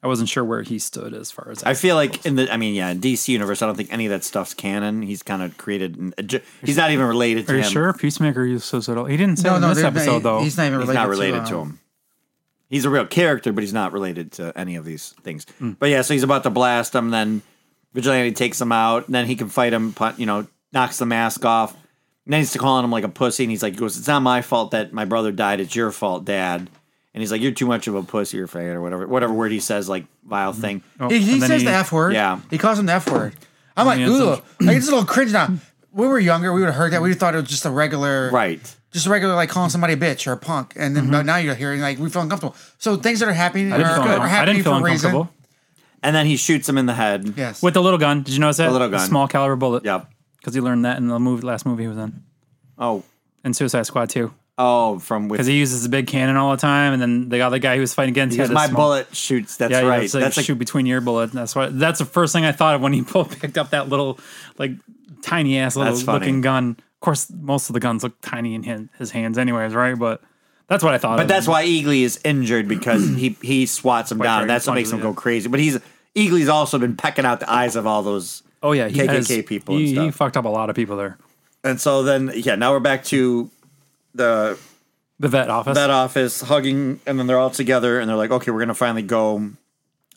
Speaker 3: I wasn't sure where he stood as far as that.
Speaker 1: I feel like in the, I mean, yeah, DC universe. I don't think any of that stuff's canon. He's kind of created. an- a ju- He's not even related to
Speaker 3: Are you
Speaker 1: him.
Speaker 3: sure Peacemaker uses it? all- He didn't say
Speaker 2: No,
Speaker 3: it in
Speaker 2: no,
Speaker 3: this
Speaker 2: they're-
Speaker 3: episode
Speaker 2: he-
Speaker 3: though.
Speaker 2: He's not even
Speaker 1: He's
Speaker 2: related
Speaker 1: not related to
Speaker 3: uh,
Speaker 2: um,
Speaker 1: him. He's a real character, but he's not related to any of these things.
Speaker 3: Hmm.
Speaker 1: But yeah, so he's about to blast him. Then Vigilante takes him out. And then he can fight him. pun- You know, knocks the mask off. And then he's calling him like a pussy. And he's like, he goes, "It's not my fault that my brother died. It's your fault, Dad." And he's like, "You're too much of a pussy or faggot or whatever, whatever word he says, like vile
Speaker 3: Hmm.
Speaker 1: thing."
Speaker 2: He, he
Speaker 3: And then
Speaker 2: says
Speaker 3: he-
Speaker 2: the F word.
Speaker 1: Yeah.
Speaker 2: He calls him the F word. I'm like,
Speaker 3: mean, it's
Speaker 2: ooh, like, it's a little cringe now. We were younger, we would have heard that. We thought it was just a regular,
Speaker 1: Right.
Speaker 2: Just a regular, like calling somebody a bitch or a punk. And then but now you're hearing, like, we feel uncomfortable. So things that are happening
Speaker 3: Mm-hmm. I didn't
Speaker 2: are,
Speaker 3: feel,
Speaker 2: are
Speaker 3: uncom- I
Speaker 2: happening
Speaker 3: didn't feel
Speaker 2: for a reason.
Speaker 3: uncomfortable
Speaker 1: And then he shoots him in the head.
Speaker 2: Yes.
Speaker 3: with the little gun. Did you notice that?
Speaker 1: little gun.
Speaker 3: small caliber bullet.
Speaker 1: Yep.
Speaker 3: because he learned that in the movie, last movie he was in,
Speaker 1: Oh.
Speaker 3: in Suicide Squad too,
Speaker 1: Oh, from with
Speaker 3: because he uses the big cannon all the time, and then the other guy who was fighting against
Speaker 1: Because
Speaker 3: him.
Speaker 1: my bullet shoots. That's
Speaker 3: Yeah, yeah,
Speaker 1: right.
Speaker 3: it's like
Speaker 1: that's like,
Speaker 3: shoot between your bullet. That's what. That's the first thing I thought of when he [laughs] pulled, picked up that little, like tiny ass little
Speaker 1: That's funny.
Speaker 3: looking gun. Of course, most of the guns look tiny in his, his hands, anyways, right? But that's what I thought.
Speaker 1: but that's why Eagly is injured
Speaker 3: [clears throat]
Speaker 1: because he he swats him down.
Speaker 3: very
Speaker 1: And that's what makes him
Speaker 3: punches,
Speaker 1: go crazy. But he's Eagly's also been pecking out the eyes of all those.
Speaker 3: Oh yeah, he
Speaker 1: KKK
Speaker 3: has-
Speaker 1: people
Speaker 3: He,
Speaker 1: and stuff.
Speaker 3: he fucked up a lot of people there.
Speaker 1: And so then yeah, now we're back to the
Speaker 3: The vet office,
Speaker 1: vet office hugging, and then they're all together, and they're like, okay, we're gonna finally go.
Speaker 3: and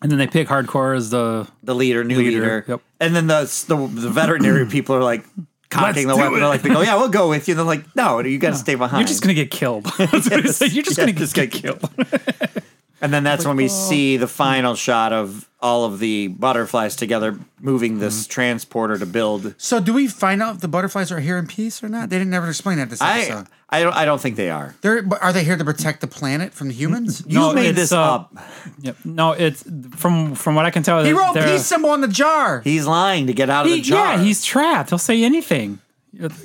Speaker 3: then they pick hardcore as the
Speaker 1: The leader, new leader,
Speaker 3: yep.
Speaker 1: and then the the, the
Speaker 3: [clears throat]
Speaker 1: veterinary people are like cocking the
Speaker 3: Let's do
Speaker 1: weapon. They're
Speaker 3: it.
Speaker 1: like, they go, yeah, we'll go with you. They're like, no, you got to stay behind.
Speaker 3: You're just gonna
Speaker 1: [laughs]
Speaker 3: get killed. [laughs] That's what he
Speaker 1: Yes.
Speaker 3: said. You're just
Speaker 1: Yeah,
Speaker 3: gonna get,
Speaker 1: just
Speaker 3: get
Speaker 1: get
Speaker 3: killed.
Speaker 1: And then that's when we see the final shot of all of the butterflies together moving
Speaker 2: Mm-hmm.
Speaker 1: this transporter to build.
Speaker 2: so, do we find out if the butterflies are here in peace or not? They didn't never explain that this
Speaker 1: I
Speaker 2: episode.
Speaker 1: I don't I don't think they are.
Speaker 2: They're, but are they here to protect the planet from the humans?
Speaker 1: You
Speaker 3: No,
Speaker 1: made
Speaker 3: it's,
Speaker 1: this
Speaker 3: uh,
Speaker 1: up.
Speaker 3: Yep. No, it's from from what I can tell.
Speaker 2: he
Speaker 3: they're-
Speaker 2: wrote
Speaker 3: they're-
Speaker 2: peace symbol on the jar.
Speaker 1: He's lying to get out of
Speaker 3: He-
Speaker 1: the jar.
Speaker 3: Yeah, he's trapped. He'll say anything.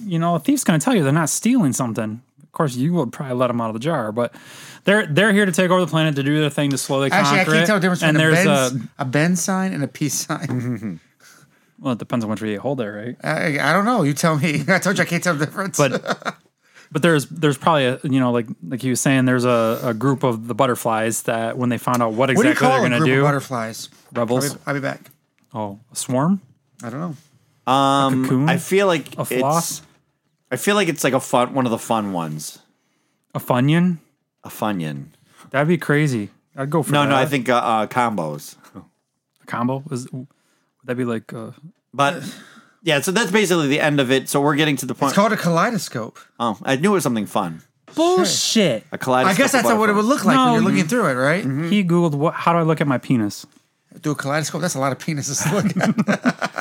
Speaker 3: You know, a thief's going to tell you they're not stealing something. Of course, you would probably let them out of the jar, but they're they're here to take over the planet to do their thing to slowly
Speaker 2: Actually, I
Speaker 3: conquer
Speaker 2: can't
Speaker 3: it.
Speaker 2: tell the difference
Speaker 3: and
Speaker 2: between a
Speaker 3: there's uh,
Speaker 2: Benz,
Speaker 3: a Mm-hmm.
Speaker 2: a Benz sign and a peace sign.
Speaker 3: well, it depends on which way you hold it, right?
Speaker 2: [laughs] I, I don't know. You tell me. [laughs] I told you I can't tell the difference.
Speaker 3: but but there's there's probably a you know like like you was saying there's a, a group of the butterflies that when they found out
Speaker 2: what
Speaker 3: what
Speaker 2: do you
Speaker 3: exactly
Speaker 2: call a
Speaker 3: they're
Speaker 2: group
Speaker 3: going to
Speaker 2: of
Speaker 3: do
Speaker 2: butterflies?
Speaker 3: rebels
Speaker 2: I'll be back.
Speaker 3: oh a swarm
Speaker 2: I don't know.
Speaker 1: um,
Speaker 3: cocoon?
Speaker 1: I feel like
Speaker 3: a
Speaker 1: it's
Speaker 3: floss
Speaker 1: I feel like it's like a fun one of the fun ones.
Speaker 3: a funyun
Speaker 1: A funyon.
Speaker 3: that'd be crazy I'd go for
Speaker 1: No,
Speaker 3: that.
Speaker 1: no, I think uh, uh, combos.
Speaker 3: a combo is would that be like uh,
Speaker 1: But yeah, so that's basically the end of it. So we're getting to the
Speaker 2: It's
Speaker 1: point.
Speaker 2: called a kaleidoscope.
Speaker 1: oh, I knew it was something fun.
Speaker 3: bullshit.
Speaker 1: A Mm-hmm. kaleidoscope.
Speaker 2: I guess that's
Speaker 1: of
Speaker 2: what it would
Speaker 1: butterflies.
Speaker 2: look like when
Speaker 3: No,
Speaker 2: you're looking through it, right?
Speaker 3: He googled what? How do I look at my penis?
Speaker 2: Do a kaleidoscope. That's a lot of penises to
Speaker 1: [laughs]
Speaker 2: look at.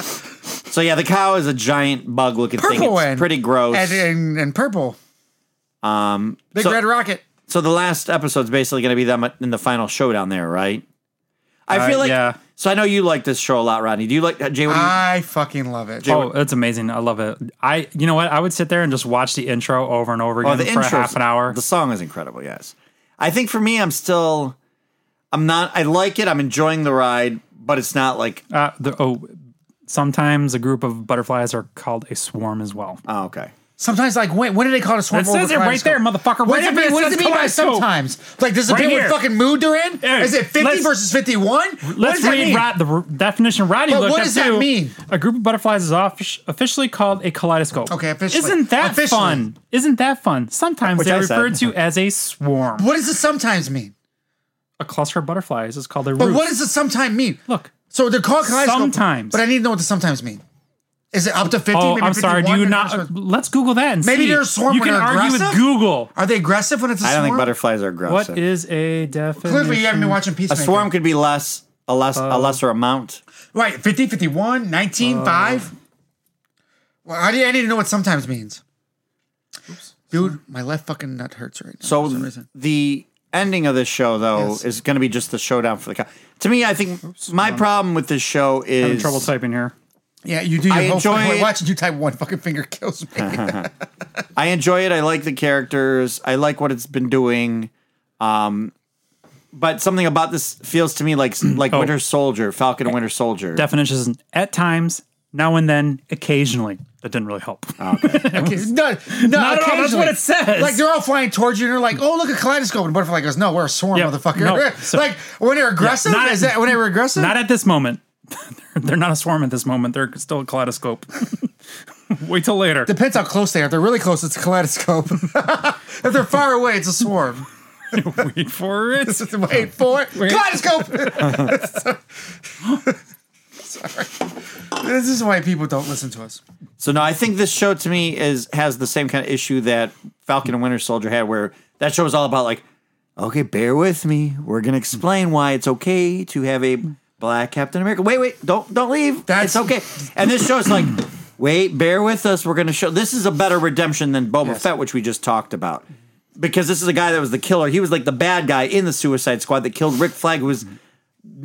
Speaker 1: So yeah, the cow is a giant bug-looking thing.
Speaker 2: Purple
Speaker 1: It's
Speaker 2: one.
Speaker 1: pretty gross.
Speaker 2: and, and, and purple.
Speaker 1: Um,
Speaker 2: Big
Speaker 1: so,
Speaker 2: red rocket.
Speaker 1: so the last episode's basically going to be them in the final showdown there, right? I
Speaker 3: Uh,
Speaker 1: feel like.
Speaker 3: yeah. Uh,
Speaker 1: So I know you like this show a lot, Rodney. Do you like Jay? What do you,
Speaker 2: I fucking love it.
Speaker 3: Oh, that's amazing! I love it. I, you know what? I would sit there and just watch the intro over and over again
Speaker 1: oh, the
Speaker 3: for
Speaker 1: intro,
Speaker 3: half an hour.
Speaker 1: The song is incredible. Yes, I think for me, I'm still, I'm not. I like it. I'm enjoying the ride, but it's not like.
Speaker 3: Uh, the, oh, sometimes a group of butterflies are called a swarm as well.
Speaker 1: Oh, okay.
Speaker 2: Sometimes, like, when, when do they call it a swarm?
Speaker 3: It says it
Speaker 2: over
Speaker 3: right there,
Speaker 2: kaleidoscope?
Speaker 3: motherfucker.
Speaker 2: What
Speaker 3: Right
Speaker 2: does it
Speaker 3: there,
Speaker 2: mean,
Speaker 3: it
Speaker 2: what does it
Speaker 3: says
Speaker 2: mean by
Speaker 3: kaleidoscope.
Speaker 2: sometimes? Like, does it
Speaker 3: Right
Speaker 2: mean
Speaker 3: here.
Speaker 2: what fucking mood they're in?
Speaker 3: Hey,
Speaker 2: Is it 50
Speaker 3: let's-
Speaker 2: versus 51? What does
Speaker 3: Let's
Speaker 2: that
Speaker 3: read
Speaker 2: mean?
Speaker 3: Rod, the r- definition Roddy
Speaker 2: But
Speaker 3: looked
Speaker 2: what
Speaker 3: up
Speaker 2: does that
Speaker 3: too.
Speaker 2: mean?
Speaker 3: A group of butterflies is off- officially called a kaleidoscope.
Speaker 2: Okay, officially.
Speaker 3: Isn't that
Speaker 2: Officially.
Speaker 3: fun? Isn't that fun? Sometimes
Speaker 1: Which
Speaker 3: they're
Speaker 1: I said.
Speaker 3: referred to as a swarm.
Speaker 2: What does it sometimes mean?
Speaker 3: A cluster of butterflies is called a
Speaker 2: But
Speaker 3: roof.
Speaker 2: what does the sometime mean?
Speaker 3: Look.
Speaker 2: So they're called kaleidoscope.
Speaker 3: Sometimes.
Speaker 2: But I need to know what the sometimes mean. Is it up to 50?
Speaker 3: Oh,
Speaker 2: maybe
Speaker 3: I'm sorry. Do
Speaker 2: 51?
Speaker 3: you
Speaker 2: Maybe
Speaker 3: not?
Speaker 2: it's-
Speaker 3: let's Google that and
Speaker 2: Maybe
Speaker 3: see.
Speaker 2: they're a swarm
Speaker 3: You
Speaker 2: when
Speaker 3: can
Speaker 2: they're
Speaker 3: argue with
Speaker 2: aggressive?
Speaker 3: Google.
Speaker 2: Are they aggressive when it's a
Speaker 1: I
Speaker 2: swarm?
Speaker 1: don't think butterflies are aggressive.
Speaker 3: What is a definition?
Speaker 2: Clearly, you haven't been watching
Speaker 1: a
Speaker 2: Peacemaker.
Speaker 1: swarm could be less a less
Speaker 3: Oh.
Speaker 1: a lesser amount.
Speaker 2: Right, 50, 51,
Speaker 3: Uh,
Speaker 2: 19, 5. Well, I need, I need to know what sometimes means. Dude, my left fucking nut hurts right now.
Speaker 1: So
Speaker 2: for some reason.
Speaker 1: the ending of this show though
Speaker 2: Yes.
Speaker 1: is going to be just the showdown for the cow. To me, I think my problem with this show
Speaker 3: Having
Speaker 1: is
Speaker 3: trouble typing here.
Speaker 2: yeah, you do your
Speaker 1: I
Speaker 2: whole
Speaker 1: enjoy
Speaker 2: fucking-
Speaker 1: it.
Speaker 2: watching you type one fucking finger kills
Speaker 3: [laughs]
Speaker 2: me.
Speaker 1: I enjoy it. I like the characters. I like what it's been doing. Um, but something about this feels to me like [clears throat] like Winter Soldier, Falcon and Winter Soldier.
Speaker 3: Definitions at times, now and then, occasionally. That didn't really help.
Speaker 2: Oh. Okay, no, no,
Speaker 3: Not at all, that's
Speaker 2: occasionally.
Speaker 3: what it says.
Speaker 2: Like they're all flying towards you, and they're like, "Oh, look a kaleidoscope!" And butterfly goes, "No, we're a swarm,
Speaker 3: Yeah,
Speaker 2: motherfucker." [laughs]
Speaker 3: no, so-
Speaker 2: like when they're aggressive,
Speaker 3: not
Speaker 2: is
Speaker 3: at-
Speaker 2: that when they were aggressive?
Speaker 3: Not at this moment. [laughs] they're not a swarm at this moment. They're still a kaleidoscope. [laughs] Wait till
Speaker 2: [laughs]
Speaker 3: later.
Speaker 2: Depends how close they are. If they're really close, it's a kaleidoscope. [laughs] if they're far away, it's a swarm.
Speaker 3: Wait for it.
Speaker 2: [laughs] Wait for it. kaleidoscope.
Speaker 3: [laughs]
Speaker 2: Sorry, this is why people don't listen to us.
Speaker 1: So no, I think this show to me is has the same kind of issue that Falcon and Winter Soldier had, where that show was all about like, okay, bear with me, we're gonna explain why it's okay to have a black Captain America. Wait, wait, don't don't leave.
Speaker 2: That's-
Speaker 1: That's okay. And this show is like, wait, bear with us. We're gonna show this is a better redemption than Boba
Speaker 2: Yes.
Speaker 1: Fett, which we just talked about. Because this is a guy that was the killer. He was like the bad guy in the Suicide Squad that killed Rick Flag, who was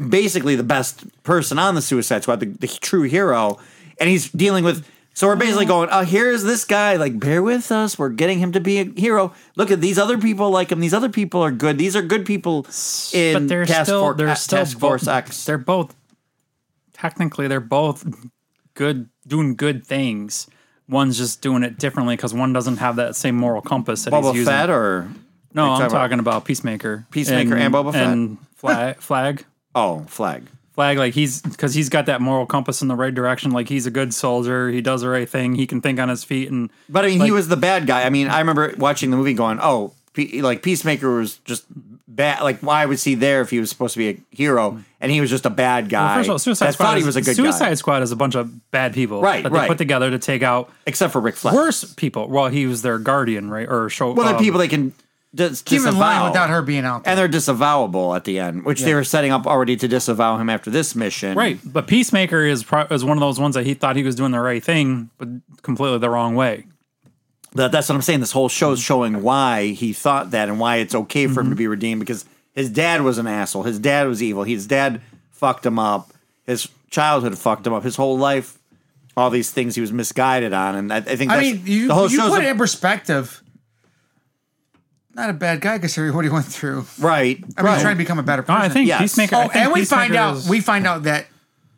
Speaker 1: basically the best person on the Suicide Squad, the, the true hero, and he's dealing with. So we're basically going, oh, here's this guy. Like, bear with us. We're getting him to be a hero. Look at these other people like him. These other people are good. These are good people in
Speaker 3: But they're
Speaker 1: Task,
Speaker 3: still
Speaker 1: For-
Speaker 3: they're
Speaker 1: uh,
Speaker 3: still
Speaker 1: Task Force
Speaker 3: bo-
Speaker 1: X.
Speaker 3: They're both technically they're both good doing good things. One's just doing it differently because one doesn't have that same moral compass that he's
Speaker 1: Boba
Speaker 3: using.
Speaker 1: Fett or
Speaker 3: no, I'm
Speaker 1: talking about-
Speaker 3: talking about Peacemaker,
Speaker 1: Peacemaker and Boba Fett?
Speaker 3: and Flag, [laughs] Flag,
Speaker 1: oh Flag.
Speaker 3: Flag. Like he's because he's got that moral compass in the right direction. Like he's a good soldier. He does the right thing. He can think on his feet and
Speaker 1: But I mean, he
Speaker 3: Like-
Speaker 1: was the bad guy. I mean, I remember watching the movie going, oh, P- like Peacemaker was just bad. Like, why was he there if he was supposed to be a hero and he was just a bad guy?
Speaker 3: First of all, Suicide
Speaker 1: that
Speaker 3: Squad.
Speaker 1: thought
Speaker 3: is,
Speaker 1: he was a good
Speaker 3: Suicide
Speaker 1: guy,
Speaker 3: Squad is a bunch of bad people,
Speaker 1: Right,
Speaker 3: That they
Speaker 1: right.
Speaker 3: put together to take out
Speaker 1: except for Rick Flag.
Speaker 3: worse people. Well, he was their guardian, right? Or show.
Speaker 1: Well, they're
Speaker 3: um,
Speaker 1: people they can dis-
Speaker 2: Keep in line
Speaker 1: disavow.
Speaker 2: without her being out. There.
Speaker 1: and they're disavowable at the end, which they were setting up already to disavow him after this mission.
Speaker 3: Right, but Peacemaker is pro- is one of those ones that he thought he was doing the right thing, but completely the wrong way.
Speaker 1: That, that's what I'm saying. This whole show's
Speaker 2: Mm-hmm.
Speaker 1: showing why he thought that and why it's okay for him to be redeemed because his dad was an asshole. His dad was evil. His dad fucked him up. His childhood fucked him up. His whole life, all these things he was misguided on. And I, I think
Speaker 2: I
Speaker 1: that's,
Speaker 2: mean, you,
Speaker 1: the whole
Speaker 2: you
Speaker 1: show's
Speaker 2: put
Speaker 1: a-
Speaker 2: it in perspective. Not a bad guy considering what he went through.
Speaker 1: right.
Speaker 2: I mean,
Speaker 1: right.
Speaker 2: trying to become a better
Speaker 3: No,
Speaker 2: person.
Speaker 3: I think
Speaker 1: Yes.
Speaker 3: Peacemaker. I
Speaker 2: Oh,
Speaker 3: think
Speaker 2: and we find
Speaker 3: Peacemaker
Speaker 2: out
Speaker 3: is-
Speaker 2: we find out that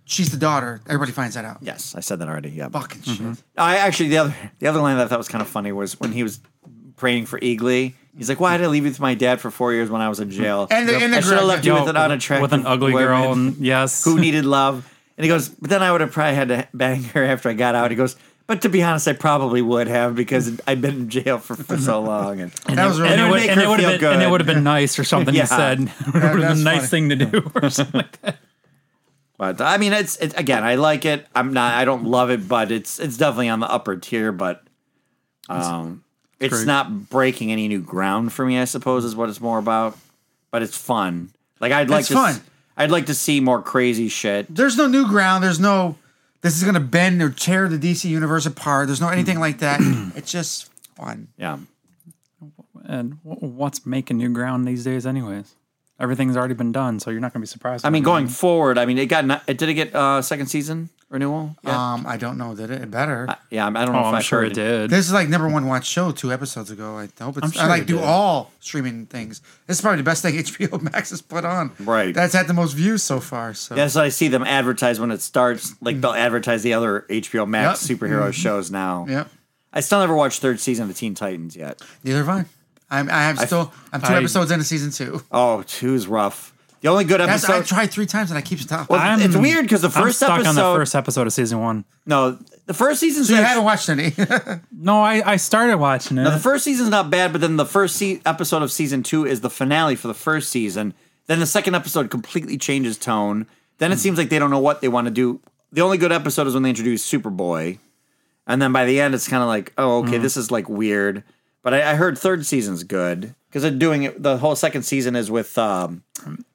Speaker 2: she's the daughter. Everybody finds that out.
Speaker 1: yes, I said that already. Yeah.
Speaker 2: Fucking
Speaker 3: Mm-hmm.
Speaker 2: shit.
Speaker 1: I actually the other the other line that I thought was kind of funny was when he was praying for Eagly. He's like, "Why did I leave you with my dad for four years when I was in jail?
Speaker 2: And the- and the
Speaker 1: I should have
Speaker 2: girl-
Speaker 1: left you with an unattractive,
Speaker 3: with an ugly
Speaker 1: woman [laughs]
Speaker 3: girl, and yes, [laughs]
Speaker 1: who needed love." And he goes, "But then I would have probably had to bang her after I got out." He goes, "But to be honest, I probably would have because I've been in jail for, for so long." And
Speaker 2: That was really
Speaker 3: and
Speaker 1: it
Speaker 3: it
Speaker 1: would
Speaker 3: would
Speaker 1: make
Speaker 3: and
Speaker 1: her
Speaker 3: it would
Speaker 1: feel
Speaker 3: have been and it
Speaker 1: good.
Speaker 3: would have been nice or
Speaker 1: [laughs]
Speaker 3: something.
Speaker 1: Yeah.
Speaker 3: He said [laughs] it would have been a
Speaker 2: that's
Speaker 3: nice
Speaker 2: funny.
Speaker 3: thing
Speaker 1: [laughs]
Speaker 3: to do or something like that.
Speaker 1: But I mean, it's it, again, I like it. I'm not. I don't love it, but it's it's definitely on the upper tier. But um, it's,
Speaker 3: great.
Speaker 1: not breaking any new ground for me. I suppose is what it's more about. But it's fun. Like I'd like
Speaker 2: It's
Speaker 1: to. s-
Speaker 2: fun.
Speaker 1: I'd like to see more crazy shit.
Speaker 2: There's no new ground. There's no. This is gonna bend or tear the DC universe apart. There's no anything like
Speaker 3: [clears throat]
Speaker 2: that. It's just fun.
Speaker 1: Yeah.
Speaker 3: And wh- what's making new ground these days, anyways? Everything's already been done, so you're not going to be surprised.
Speaker 1: I mean,
Speaker 3: by
Speaker 1: going forward, I mean, it got. It did it get uh, second season renewal? Yeah.
Speaker 2: Um, I don't know. Did it better?
Speaker 1: yeah. I don't know
Speaker 3: it.
Speaker 1: if
Speaker 3: oh, I'm
Speaker 1: I've
Speaker 3: sure
Speaker 1: heard
Speaker 3: it did.
Speaker 2: this is like number one watch show two episodes ago. I hope it's.
Speaker 3: I'm sure
Speaker 2: I like
Speaker 3: it
Speaker 2: do
Speaker 3: did.
Speaker 2: all streaming things. This is probably the best thing [laughs] HBO Max has put on.
Speaker 1: Right.
Speaker 2: That's had the most views so far. So
Speaker 1: That's what I see them advertise when it starts. Like they'll advertise the other HBO Max
Speaker 2: Yep.
Speaker 1: superhero shows now.
Speaker 2: Yep.
Speaker 1: I still never watched third season of Teen Titans yet.
Speaker 2: Neither have I. I'm, I have still. I'm two
Speaker 3: I-
Speaker 2: episodes into season two.
Speaker 1: Oh, two's rough. The only good
Speaker 2: That's,
Speaker 1: episode.
Speaker 2: I've tried three times and I keep stopping.
Speaker 1: Well, it's weird because the
Speaker 3: I'm
Speaker 1: first
Speaker 3: stuck
Speaker 1: episode.
Speaker 3: on the first episode of season one.
Speaker 1: No, the first season's
Speaker 2: you
Speaker 1: actually-
Speaker 2: haven't watched any.
Speaker 3: No, I, I started watching it.
Speaker 1: Now, the first season's not bad, but then the first se- episode of season two is the finale for the first season. Then the second episode completely changes tone. Then
Speaker 3: Hmm.
Speaker 1: it seems like they don't know what they want to do. The only good episode is when they introduce Superboy, and then by the end, it's kind of like, oh,
Speaker 3: Hmm.
Speaker 1: okay, this is like weird. But I, I heard third season's good because they're doing it. The whole second season is with um,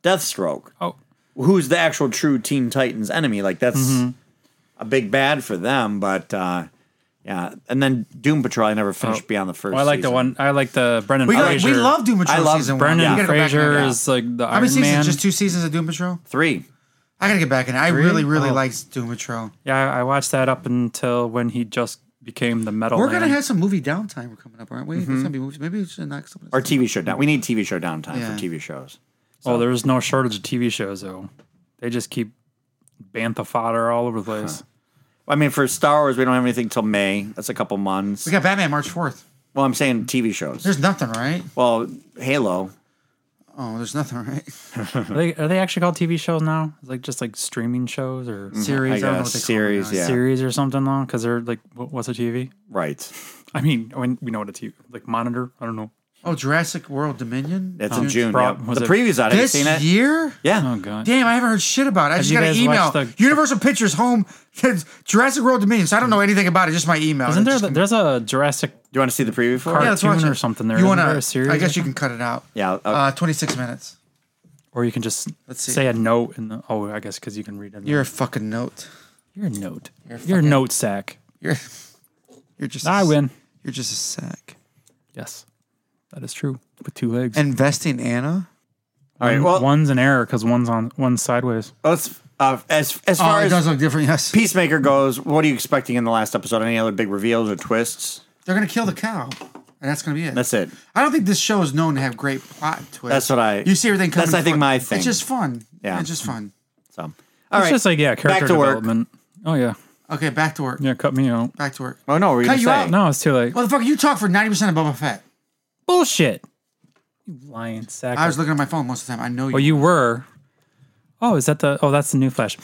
Speaker 1: Deathstroke,
Speaker 3: oh,
Speaker 1: who's the actual true Teen Titans enemy. Like that's
Speaker 3: Mm-hmm.
Speaker 1: a big bad for them, but. uh yeah, and then Doom Patrol. I never finished beyond the first.
Speaker 3: Oh. well, I like the
Speaker 1: season.
Speaker 3: one. I like the Brendan
Speaker 2: we, got, [laughs]
Speaker 3: Fraser.
Speaker 2: we love Doom Patrol
Speaker 1: I love
Speaker 2: season one.
Speaker 3: Brendan
Speaker 2: We gotta go back and-
Speaker 3: Fraser
Speaker 2: yeah.
Speaker 3: is like the
Speaker 2: How many
Speaker 3: Iron
Speaker 2: seasons?
Speaker 3: Man.
Speaker 2: Just two seasons of Doom Patrol.
Speaker 1: Three.
Speaker 2: I gotta get back in. it. I really, really
Speaker 3: Oh.
Speaker 2: like Doom Patrol.
Speaker 3: yeah, I watched that up until when he just became the metal.
Speaker 2: We're
Speaker 3: man.
Speaker 2: gonna have some movie downtime coming up, aren't we? There's gonna be movies. Maybe we should knock something.
Speaker 1: Or TV show down. We need TV show downtime
Speaker 2: Yeah.
Speaker 1: for TV shows.
Speaker 3: Oh, there's no shortage of TV shows though. They just keep bantha fodder all over the place.
Speaker 1: I mean, for Star Wars, we don't have anything till May. That's a couple months.
Speaker 2: we got Batman March fourth.
Speaker 1: Well, I'm saying TV shows.
Speaker 2: There's nothing, right?
Speaker 1: Well, Halo.
Speaker 2: Oh, there's nothing, right?
Speaker 3: Are, they, are they actually called TV shows now? It's like just like streaming shows or
Speaker 2: Series. Mm. I,
Speaker 1: I
Speaker 2: don't know what
Speaker 1: guess
Speaker 2: they call
Speaker 1: series.
Speaker 2: Them
Speaker 1: Yeah,
Speaker 3: series or something now? Because they're like, wh- what's a TV?
Speaker 1: right.
Speaker 3: I mean, when we know what a TV like monitor. I
Speaker 2: [clears throat]
Speaker 3: don't know.
Speaker 2: now. Oh, Jurassic World Dominion.
Speaker 1: That's
Speaker 3: Um,
Speaker 1: in June.
Speaker 3: bro-
Speaker 1: yeah.
Speaker 3: was
Speaker 1: The
Speaker 3: it-
Speaker 1: preview's out. Have you
Speaker 2: this
Speaker 1: seen it?
Speaker 2: year.
Speaker 1: Yeah.
Speaker 3: Oh god.
Speaker 2: Damn, I haven't heard shit about it. I just
Speaker 3: you
Speaker 2: got an
Speaker 3: guys
Speaker 2: email.
Speaker 3: watched the-
Speaker 2: Universal Pictures Home [laughs] Jurassic World Dominion. So I don't know anything about it. Just my email.
Speaker 3: Isn't
Speaker 2: It
Speaker 3: there?
Speaker 2: just
Speaker 3: The, there's a Jurassic.
Speaker 1: Do you want to see the preview for
Speaker 3: Car-
Speaker 1: it?
Speaker 2: yeah, let's watch
Speaker 3: cartoon
Speaker 2: it.
Speaker 3: or something there?
Speaker 2: You
Speaker 3: Isn't
Speaker 2: wanna-
Speaker 3: there a series
Speaker 2: I
Speaker 3: or
Speaker 2: guess you can cut it out.
Speaker 1: Yeah. okay.
Speaker 2: Uh, 26 minutes.
Speaker 3: Or you can just
Speaker 2: Let's see.
Speaker 3: say a note in the. Oh, I guess because you can read it.
Speaker 2: You're a fucking note.
Speaker 3: You're a note.
Speaker 2: a
Speaker 3: You're, a
Speaker 2: fucking-
Speaker 3: note sack.
Speaker 2: You're you're just. a
Speaker 3: I
Speaker 2: s-
Speaker 3: win.
Speaker 2: You're just a sack.
Speaker 3: Yes, that is true. With two legs.
Speaker 2: Investing Anna.
Speaker 1: All right. Well,
Speaker 3: one's an error because one's on one's sideways.
Speaker 1: let's. Uh, as as
Speaker 2: Oh,
Speaker 1: far
Speaker 2: it
Speaker 1: as
Speaker 2: does look different. Yes,
Speaker 1: Peacemaker goes, what are you expecting in the last episode? Any other big reveals or twists?
Speaker 2: they're gonna kill the cow, and that's gonna be it.
Speaker 1: That's it.
Speaker 2: I don't think this show is known to have great plot twists.
Speaker 1: That's what I-
Speaker 2: You see everything coming.
Speaker 1: that's, I think,
Speaker 2: for-
Speaker 1: my thing.
Speaker 2: It's just fun.
Speaker 1: Yeah.
Speaker 2: it's just fun.
Speaker 1: So, all right.
Speaker 3: It's just like yeah, character
Speaker 1: Back to work.
Speaker 3: development. Oh yeah,
Speaker 2: Okay, back to work.
Speaker 3: yeah. Cut me out.
Speaker 2: Back to work.
Speaker 1: Oh no, were you
Speaker 2: Cut
Speaker 1: gonna
Speaker 2: you
Speaker 1: say?
Speaker 2: out.
Speaker 3: No, it's too late.
Speaker 2: Motherfucker, you talk for ninety percent of Boba Fett.
Speaker 3: Bullshit. You lying sack.
Speaker 2: I was looking at my phone most of the time. I know you.
Speaker 3: oh, you were. Oh, is that the? Oh, that's the new Flash.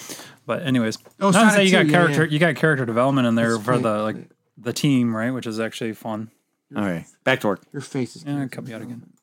Speaker 3: But anyways,
Speaker 2: Oh,
Speaker 3: oh,
Speaker 2: Sonic
Speaker 3: you got
Speaker 2: 2, yeah,
Speaker 3: character.
Speaker 2: yeah.
Speaker 3: You got character development in there
Speaker 2: That's
Speaker 3: for
Speaker 2: great.
Speaker 3: the like the team, right? Which is actually fun.
Speaker 1: All right. Back to work.
Speaker 2: Your face is.
Speaker 3: Yeah, cut me out again.